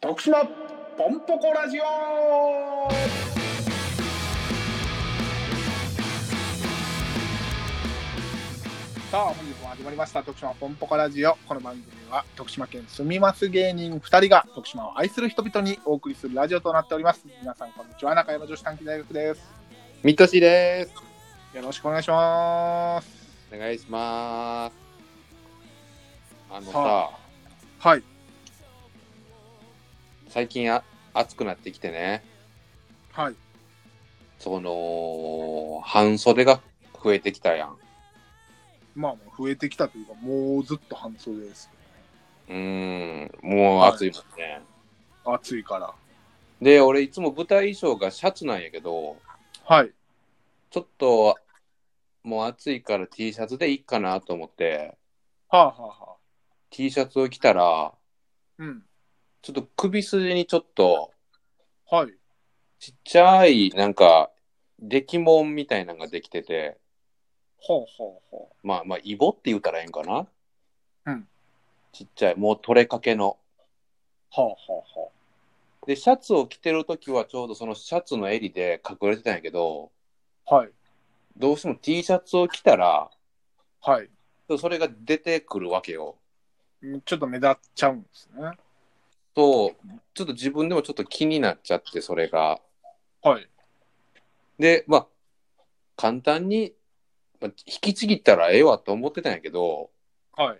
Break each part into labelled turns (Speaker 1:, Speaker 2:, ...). Speaker 1: 徳島ポンポコラジオさあ本日も始まりました徳島ポンポコラジオこの番組は徳島県住みます芸人2人が徳島を愛する人々にお送りするラジオとなっております皆さんこんにちは中山女子短期大学です
Speaker 2: みとしです。
Speaker 1: よろしくお願いします
Speaker 2: お願いします。あの
Speaker 1: は
Speaker 2: さ、
Speaker 1: はい
Speaker 2: 最近あ暑くなってきてね、
Speaker 1: はい
Speaker 2: その、半袖が増えてきたやん。
Speaker 1: まあもう増えてきたというかもうずっと半袖です
Speaker 2: うーん、もう暑いもんね。
Speaker 1: 暑いから
Speaker 2: で、俺いつも舞台衣装がシャツなんやけど、
Speaker 1: はい
Speaker 2: ちょっと、もう暑いから T シャツでいいかなと思って、
Speaker 1: はあはあはあ
Speaker 2: T シャツを着たら、
Speaker 1: うん
Speaker 2: ちょっと首筋にちょっと、
Speaker 1: はい
Speaker 2: ちっちゃい、なんか、出来もんみたいなのができてて、
Speaker 1: ほうほうほ
Speaker 2: まあまあ、イボって言うたらええんかな。
Speaker 1: うん。
Speaker 2: ちっちゃい、もう取れかけの。
Speaker 1: う。はあはあは
Speaker 2: で、シャツを着てるときはちょうどそのシャツの襟で隠れてたんやけど、
Speaker 1: あ。はい。
Speaker 2: どうしても T シャツを着たら、
Speaker 1: はい。
Speaker 2: それが出てくるわけよ。
Speaker 1: ちょっと目立っちゃうんですね。
Speaker 2: そう、ちょっと自分でもちょっと気になっちゃって、それが。
Speaker 1: はい。
Speaker 2: で、まあ、簡単に、まあ、引きちぎったらええわと思ってたんやけど、
Speaker 1: はい。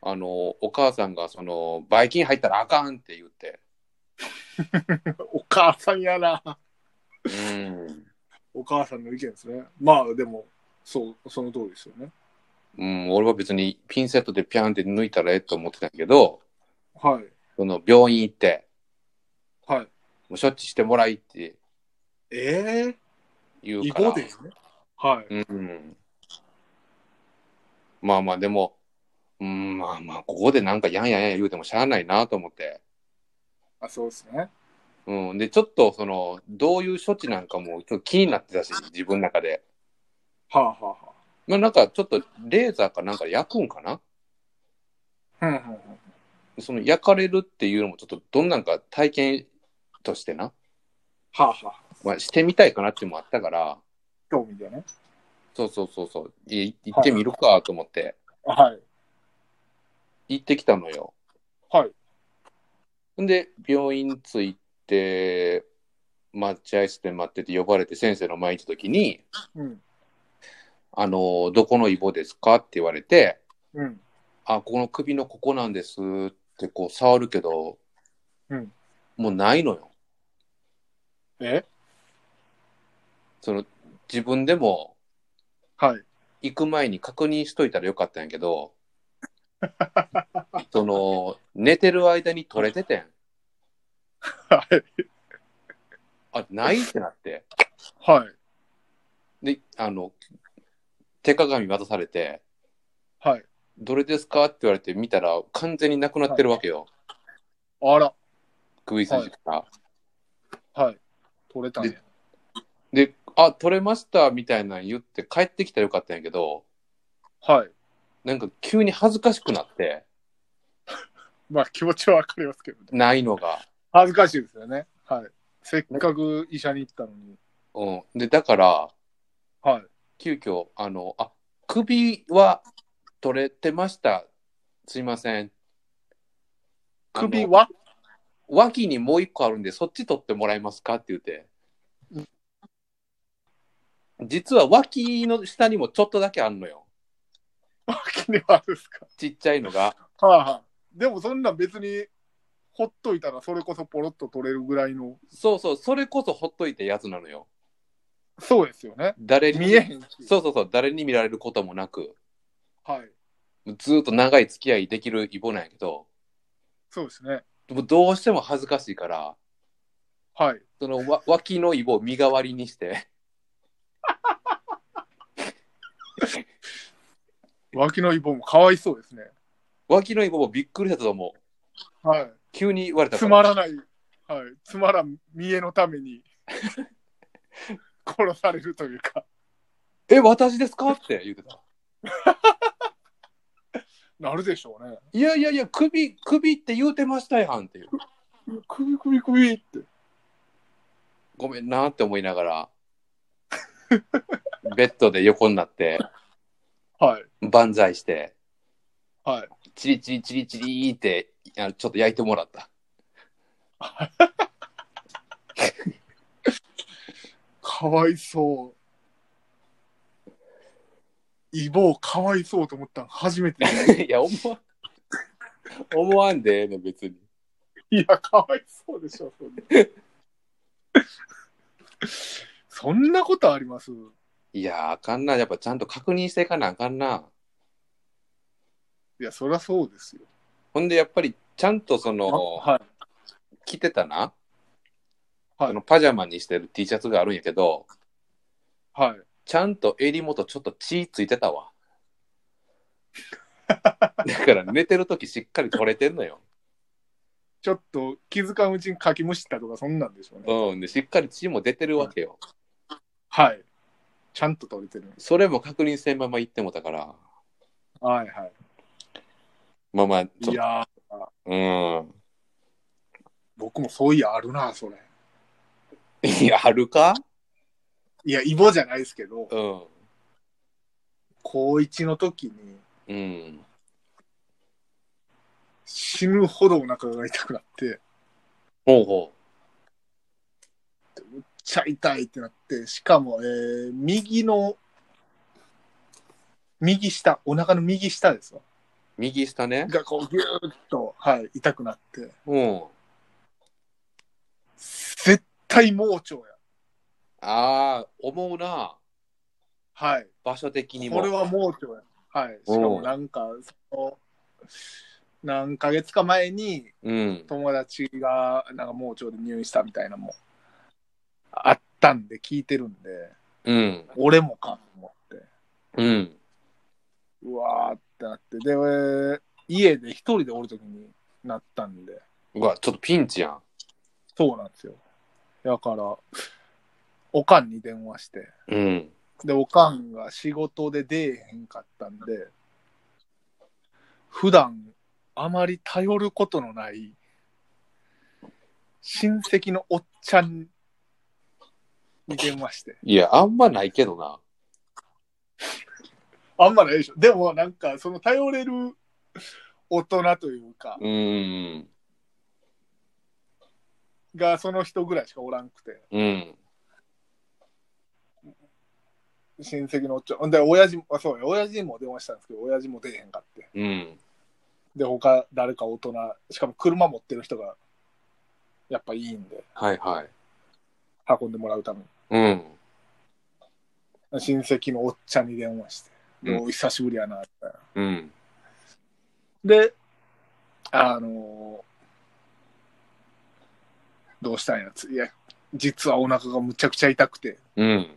Speaker 2: あの、お母さんがその、バイキン入ったらあかんって言って。
Speaker 1: お母さんやな。
Speaker 2: うん。
Speaker 1: お母さんの意見ですね。まあでも、そう、その通りですよね。
Speaker 2: うん、俺は別にピンセットでピャンって抜いたらええと思ってたんやけど、
Speaker 1: はい。
Speaker 2: その病院行って、
Speaker 1: はい。
Speaker 2: もう処置してもらいって
Speaker 1: え
Speaker 2: 言
Speaker 1: え
Speaker 2: う
Speaker 1: 違
Speaker 2: から。
Speaker 1: 法ですね。はい。
Speaker 2: うん。まあまあ、でも、うん、まあまあ、ここでなんかやんやんやん言うてもしゃあないなと思って。
Speaker 1: あ、そうですね。
Speaker 2: うん。で、ちょっとその、どういう処置なんかもちょっと気になってたし、自分の中で。
Speaker 1: はあはあは
Speaker 2: まあなんかちょっとレーザーかなんか焼くんかな
Speaker 1: あ。うんうんうん。
Speaker 2: その焼かれるっていうのもちょっとどんなんか体験としてな、
Speaker 1: はあはあ。
Speaker 2: まあ、してみたいかなっていうのもあったから、
Speaker 1: 興味でね。
Speaker 2: そうそうそうそう。い行ってみるかと思って、
Speaker 1: はい。
Speaker 2: 行ってきたのよ。
Speaker 1: はい。
Speaker 2: んで、病院着いて、待合室で待ってて呼ばれて先生の前に行った時に、
Speaker 1: うん。
Speaker 2: あの、どこのイボですかって言われて、
Speaker 1: うん。
Speaker 2: あ、この首のここなんですってこう触るけど、
Speaker 1: うん
Speaker 2: もうないのよ。
Speaker 1: え
Speaker 2: その、自分でも
Speaker 1: はい。
Speaker 2: 行く前に確認しといたらよかったんやけ ど、その、寝てる間に取れててん。
Speaker 1: はい。
Speaker 2: あ、ないってなって。
Speaker 1: はい。
Speaker 2: で、あの、手鏡渡されて、
Speaker 1: はい。
Speaker 2: どれですかって言われて見たら、完全になくなってるわけよ。
Speaker 1: あら。
Speaker 2: 首筋から。
Speaker 1: はい。取れたんや。
Speaker 2: で、あ、取れましたみたいなの言って帰ってきたらよかったんやけど、
Speaker 1: はい。
Speaker 2: なんか急に恥ずかしくなって、
Speaker 1: まあ気持ちはわかりますけどね。
Speaker 2: ないのが。
Speaker 1: 恥ずかしいですよね。はい。せっかく医者に行ったのに。
Speaker 2: うん。で、だから、
Speaker 1: はい。
Speaker 2: 急遽、あの、あ、首は取れてました。すいません。あの
Speaker 1: 首は
Speaker 2: 脇にもう一個あるんで、そっち取ってもらえますかって言って。実は脇の下にもちょっとだけあんのよ。
Speaker 1: 脇にはあるんですか
Speaker 2: ちっちゃいのが。
Speaker 1: はいはい。でもそんなん別に、ほっといたらそれこそポロッと取れるぐらいの。
Speaker 2: そうそう、それこそほっといたやつなのよ。
Speaker 1: そうですよね。
Speaker 2: 誰に
Speaker 1: 見えへんし。
Speaker 2: そうそうそう、誰に見られることもなく、
Speaker 1: はい。
Speaker 2: ずーっと長い付き合いできるイボなんやけど、
Speaker 1: そうですね。
Speaker 2: でもどうしても恥ずかしいから、
Speaker 1: はい。
Speaker 2: そのわ脇のイボを身代わりにして、
Speaker 1: 脇のイボもかわいそうですね。
Speaker 2: 脇のイボもびっくりしたと思う。
Speaker 1: はい。
Speaker 2: 急に言われたか
Speaker 1: つ
Speaker 2: ら。
Speaker 1: まらない。はい。つまらん見えのため に、殺されるというか。
Speaker 2: え、私ですかって言ってた。
Speaker 1: なるでしょうね。
Speaker 2: いやいやいや、首、首って言うてましたやんっていう。
Speaker 1: 首首首って。
Speaker 2: ごめんなって思いながら、 ベッドで横になって、
Speaker 1: はい。
Speaker 2: 万歳して、
Speaker 1: はい。
Speaker 2: チリチリチリチリーって、あのちょっと焼いてもらった。
Speaker 1: かわいそう。イボをかわいそうと思ったの初めて。
Speaker 2: いや、思わ、思わんでええねん、別に。
Speaker 1: いや、かわいそうでしょ、そんな。 そんなことありますい
Speaker 2: いや、あかんな。やっぱちゃんと確認していかなあかんな。
Speaker 1: や、そりゃそうですよ。
Speaker 2: ほんで、やっぱり、ちゃんとそ
Speaker 1: あ
Speaker 2: の、
Speaker 1: はい。
Speaker 2: 着てたな。
Speaker 1: はい
Speaker 2: あのパジャマにしてる T シャツがあるんやけど、
Speaker 1: はい。
Speaker 2: ちゃんと襟元ちょっと血ついてたわ。だから寝てるときしっかり取れてんのよ。
Speaker 1: ちょっと気づかんうちにかきむしったとか、そんなんでしょうね。
Speaker 2: うん。で、しっかり血も出てるわけよ。
Speaker 1: はい。ちゃんと取れてる。
Speaker 2: それも確認せんまま行ってもたから。
Speaker 1: はいは
Speaker 2: まあまあ、ち
Speaker 1: い。
Speaker 2: ょ
Speaker 1: い
Speaker 2: っ
Speaker 1: やー、
Speaker 2: と。うん。
Speaker 1: 僕もそういやあるな、それ。
Speaker 2: いや、あるか
Speaker 1: いや、イボじゃないですけど、
Speaker 2: うん。
Speaker 1: 高一の時に
Speaker 2: うん。
Speaker 1: 死ぬほどお腹が痛くなって、
Speaker 2: ほうほ
Speaker 1: ちゃ痛いってなって、しかも、えー、右の、右下、お腹の右下ですわ。
Speaker 2: う。右下ね。
Speaker 1: がこう、ぎゅーっと、はい、痛くなって、
Speaker 2: うん。
Speaker 1: 絶対盲腸や。
Speaker 2: ああ、思うな。
Speaker 1: はい。
Speaker 2: 場所的にも。
Speaker 1: これは盲腸や。はい。しかもなんか、その、何ヶ月か前に、
Speaker 2: うん。
Speaker 1: 友達がなんか盲腸で入院したみたいなのもあったんで聞いてるんで
Speaker 2: うん。
Speaker 1: 俺もかと思って
Speaker 2: うん。
Speaker 1: うわーってなってで俺家で一人でおる時になったんで
Speaker 2: うわ、ちょっとピンチやん。
Speaker 1: そうなんですよだからおかんに電話して
Speaker 2: うん。
Speaker 1: でおかんが仕事で出えへんかったんで普段あまり頼ることのない親戚のおっちゃんに電話して
Speaker 2: いや、あんまないけどな。
Speaker 1: あんまないでしょでもなんかその頼れる大人というか
Speaker 2: うん。
Speaker 1: がその人ぐらいしかおらんくて
Speaker 2: うん。
Speaker 1: 親戚のおっちゃんで親父もあそうや親父にも電話したんですけど親父も出えへんかって
Speaker 2: うん。
Speaker 1: で他誰か大人しかも車持ってる人がやっぱいいんで
Speaker 2: はいはい。
Speaker 1: 運んでもらうために
Speaker 2: うん。
Speaker 1: 親戚のおっちゃんに電話して「
Speaker 2: うん
Speaker 1: もう久しぶりやな」って
Speaker 2: うん。
Speaker 1: であのどうしたんやついや実はお腹がむちゃくちゃ痛くて
Speaker 2: うん。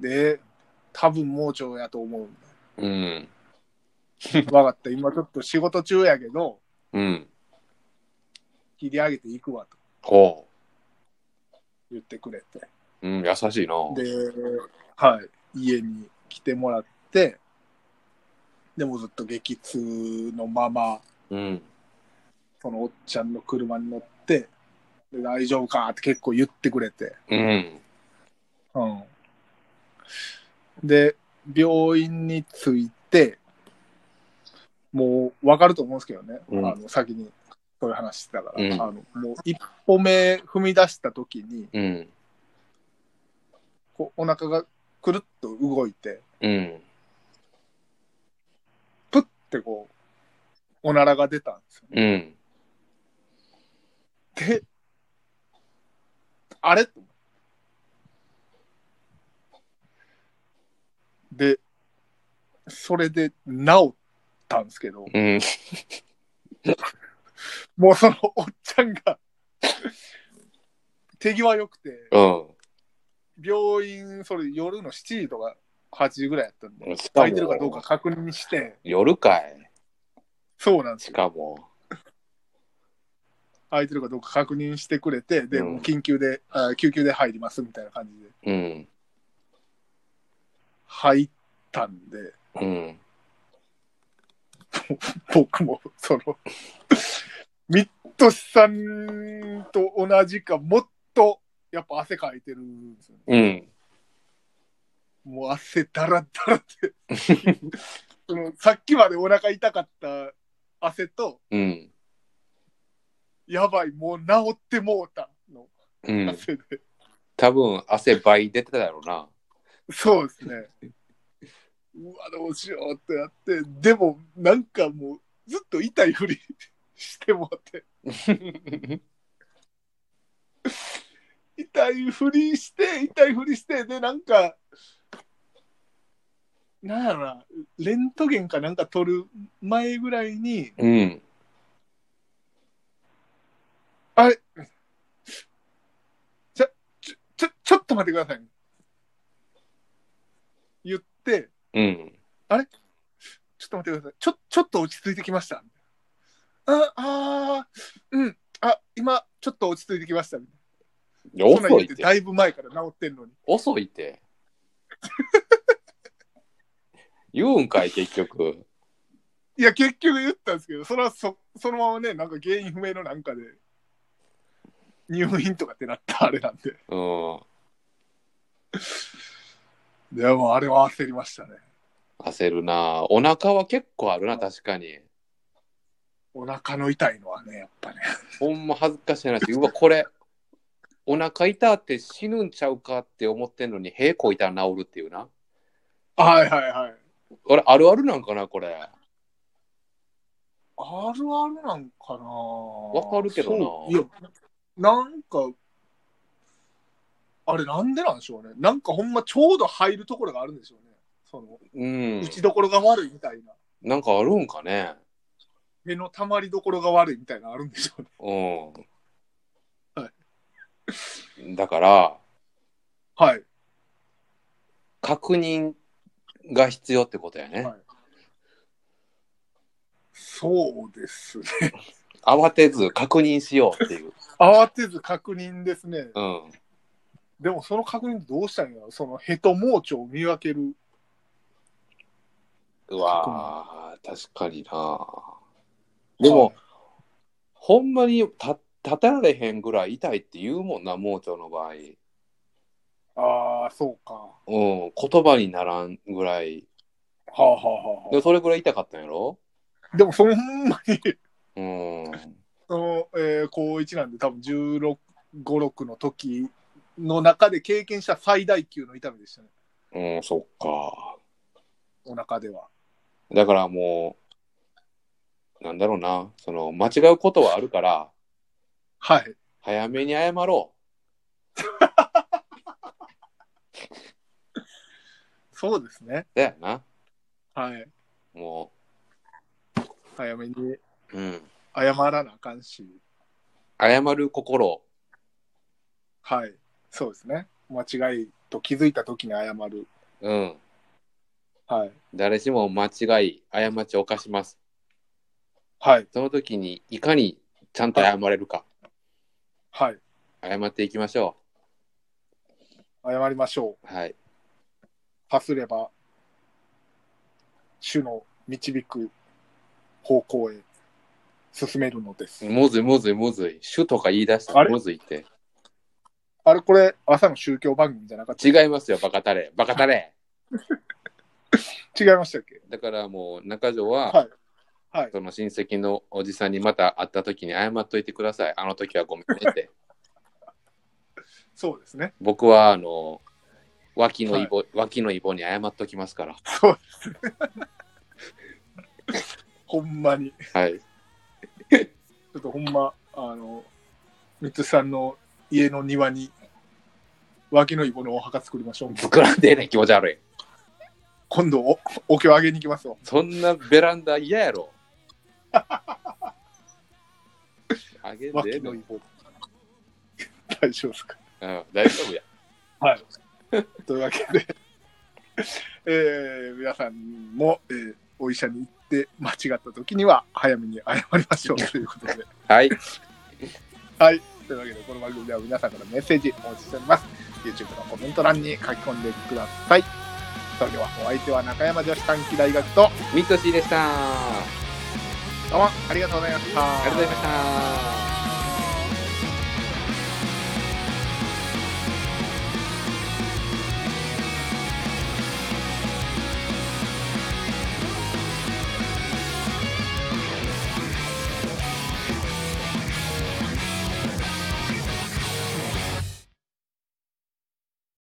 Speaker 1: で多分盲腸やと思う
Speaker 2: うん。
Speaker 1: 分かった今ちょっと仕事中やけど
Speaker 2: うん。
Speaker 1: 切り上げていくわと
Speaker 2: ほ
Speaker 1: 言ってくれて
Speaker 2: う。うん、優しいな。
Speaker 1: で、はい、家に来てもらってでもずっと激痛のまま
Speaker 2: うん。
Speaker 1: そのおっちゃんの車に乗ってで大丈夫かって結構言ってくれて、
Speaker 2: うん。
Speaker 1: うん、で病院に着いてもう分かると思うんですけどね、
Speaker 2: うん
Speaker 1: あの先にそういう話してたから、
Speaker 2: うん
Speaker 1: あのもう一歩目踏み出した時に
Speaker 2: うん。
Speaker 1: こうお腹がくるっと動いて
Speaker 2: うん。
Speaker 1: プッてこうおならが出たんですよ
Speaker 2: うん。
Speaker 1: であれでそれで治ったんですけど、
Speaker 2: うん。
Speaker 1: もうそのおっちゃんが 手際良くて
Speaker 2: う
Speaker 1: 病院それ夜の7時とか8時ぐらいやったんで
Speaker 2: ん。しか
Speaker 1: 空いてるかどうか
Speaker 2: も、
Speaker 1: 確認して
Speaker 2: 夜かい。
Speaker 1: そうなんです
Speaker 2: し
Speaker 1: よ
Speaker 2: かも。
Speaker 1: 空いてるかどうか確認してくれてで、
Speaker 2: うん
Speaker 1: もう緊急であ救急で入りますみたいな感じで
Speaker 2: うん。
Speaker 1: 入ったんで
Speaker 2: うん。
Speaker 1: 僕も、その、ミットシさんと同じか、もっと、やっぱ汗かいてるんですよね。
Speaker 2: うん。
Speaker 1: もう汗だらだら って。そのさっきまでお腹痛かった汗と、
Speaker 2: うん。
Speaker 1: やばい、もう治ってもうたの
Speaker 2: うん。
Speaker 1: 汗で。
Speaker 2: 多分、汗倍出てただろうな。
Speaker 1: そうですね。うわ、どうしようってなって、でも、なんかもう、ずっと痛いふり してもらって、痛いふりして、痛いふりして、で、なんか、なんやろな、レントゲンかなんか撮る前ぐらいに、
Speaker 2: うん。
Speaker 1: ちょ、ちょっと待ってください、ね。言って、
Speaker 2: うん。
Speaker 1: ちょっと待ってください。ちょ、ちょっと落ち着いてきました。あ、あー、うん。あ、今、ちょっと落ち着いてきました。
Speaker 2: いや
Speaker 1: そんなん
Speaker 2: 遅
Speaker 1: 言っ
Speaker 2: いってて。
Speaker 1: だいぶ前から治ってんのに。
Speaker 2: 遅いって。言うんかい、結局。
Speaker 1: いや、結局言ったんですけど、それはそそのままね、なんか原因不明のなんかで、入院とかってなったあれなんで。
Speaker 2: うん。
Speaker 1: でも、あれは焦りましたね。
Speaker 2: 焦るな。お腹は結構あるな、確かに。
Speaker 1: お腹の痛いのはね、やっぱね。
Speaker 2: ほんま恥ずかしい話。うわ、これ、お腹痛って死ぬんちゃうかって思ってんのに、屁こいたら治るっていうな。
Speaker 1: はいはいはい。
Speaker 2: 俺、あるあるなんかな、これ。
Speaker 1: あるあるなんかなわ
Speaker 2: かるけどな
Speaker 1: ないや、なんか、あれなんでなんでしょうね。なんかほんまちょうど入るところがあるんでしょうね。その、
Speaker 2: うん
Speaker 1: 打。ちどころが悪いみたいな。
Speaker 2: なんかあるんかね。
Speaker 1: 目の溜まりどころが悪いみたいなのあるんでしょうね。
Speaker 2: うん。
Speaker 1: は
Speaker 2: だから、
Speaker 1: はい。
Speaker 2: 確認が必要ってことやね。
Speaker 1: はいそうですね。
Speaker 2: 慌てず確認しようっていう。
Speaker 1: 慌てず確認ですね。
Speaker 2: うん。
Speaker 1: でもその確認どうしたんやろそのヘと盲腸を見分ける。
Speaker 2: うわー確かにな。でも、ほんまにた立てられへんぐらい痛いって言うもんな、盲腸の場合。
Speaker 1: ああ、そうか。は
Speaker 2: うん、言葉にならんぐらい。
Speaker 1: あ、はあはあ
Speaker 2: でもそれぐらい痛かったんやろ
Speaker 1: あ、でもそのほんまに
Speaker 2: うん。
Speaker 1: その、えー高1なんで多分16、5、6の時の中で経験した最大級の痛みでしたね。
Speaker 2: うん、そっか。
Speaker 1: お腹では。
Speaker 2: だからもう、なんだろうな、その、間違うことはあるから、
Speaker 1: はい。
Speaker 2: 早めに謝ろ
Speaker 1: そうですね。
Speaker 2: う。だよな。
Speaker 1: はい。
Speaker 2: も
Speaker 1: 早めに
Speaker 2: う、うん。
Speaker 1: 謝らなあかんし。
Speaker 2: 謝る心。
Speaker 1: はい。そうですね。間違いと気づいた時に謝る。
Speaker 2: うん。
Speaker 1: はい。
Speaker 2: 誰しも間違い、過ちを犯します。
Speaker 1: はい。
Speaker 2: その時に、いかにちゃんと謝れるか、
Speaker 1: はい。
Speaker 2: 謝っていきましょ
Speaker 1: 謝りましょ
Speaker 2: う。はい。
Speaker 1: う。かすれば、主の導く方向へ進めるのです。
Speaker 2: むずいむずいむずい。主とか言い出して
Speaker 1: あれ
Speaker 2: むずいって。
Speaker 1: あれ、これ、朝の宗教番組じゃなかった
Speaker 2: 違いますよ、バカタレ。バカタレ。
Speaker 1: 違いましたっけ
Speaker 2: だからもう、中条は、
Speaker 1: はいはい
Speaker 2: その親戚のおじさんにまた会った時に謝っといてください。あの時はごめんね って。
Speaker 1: そうですね。
Speaker 2: 僕は、あの、脇のイボ、脇のイボに謝っときますから。
Speaker 1: そうですね。ほんまに。ち
Speaker 2: はい。
Speaker 1: ょっとほんま、あの、三つさんの家の庭に、脇のイボのお墓作りましょう。
Speaker 2: 作らんでええねん気持ち悪い。
Speaker 1: 今度お、お経あげに行きますよ。
Speaker 2: そんなベランダ嫌 やろ。あげんでええ
Speaker 1: 脇
Speaker 2: の
Speaker 1: のイ
Speaker 2: に
Speaker 1: ボ。 大丈夫ですか
Speaker 2: うん、大丈夫や。
Speaker 1: はい。 というわけで、えー皆さんも、えーお医者に行って間違った時には早めに謝りましょう ということで。
Speaker 2: はい。
Speaker 1: はい。というわけで、この番組では皆さんからメッセージお待ちしております。YouTube のコメント欄に書き込んでください。それでは、お相手は中山女子短期大学と、
Speaker 2: ミッドシーでした。
Speaker 3: どうもありがとうございました。
Speaker 1: ありがとうございました。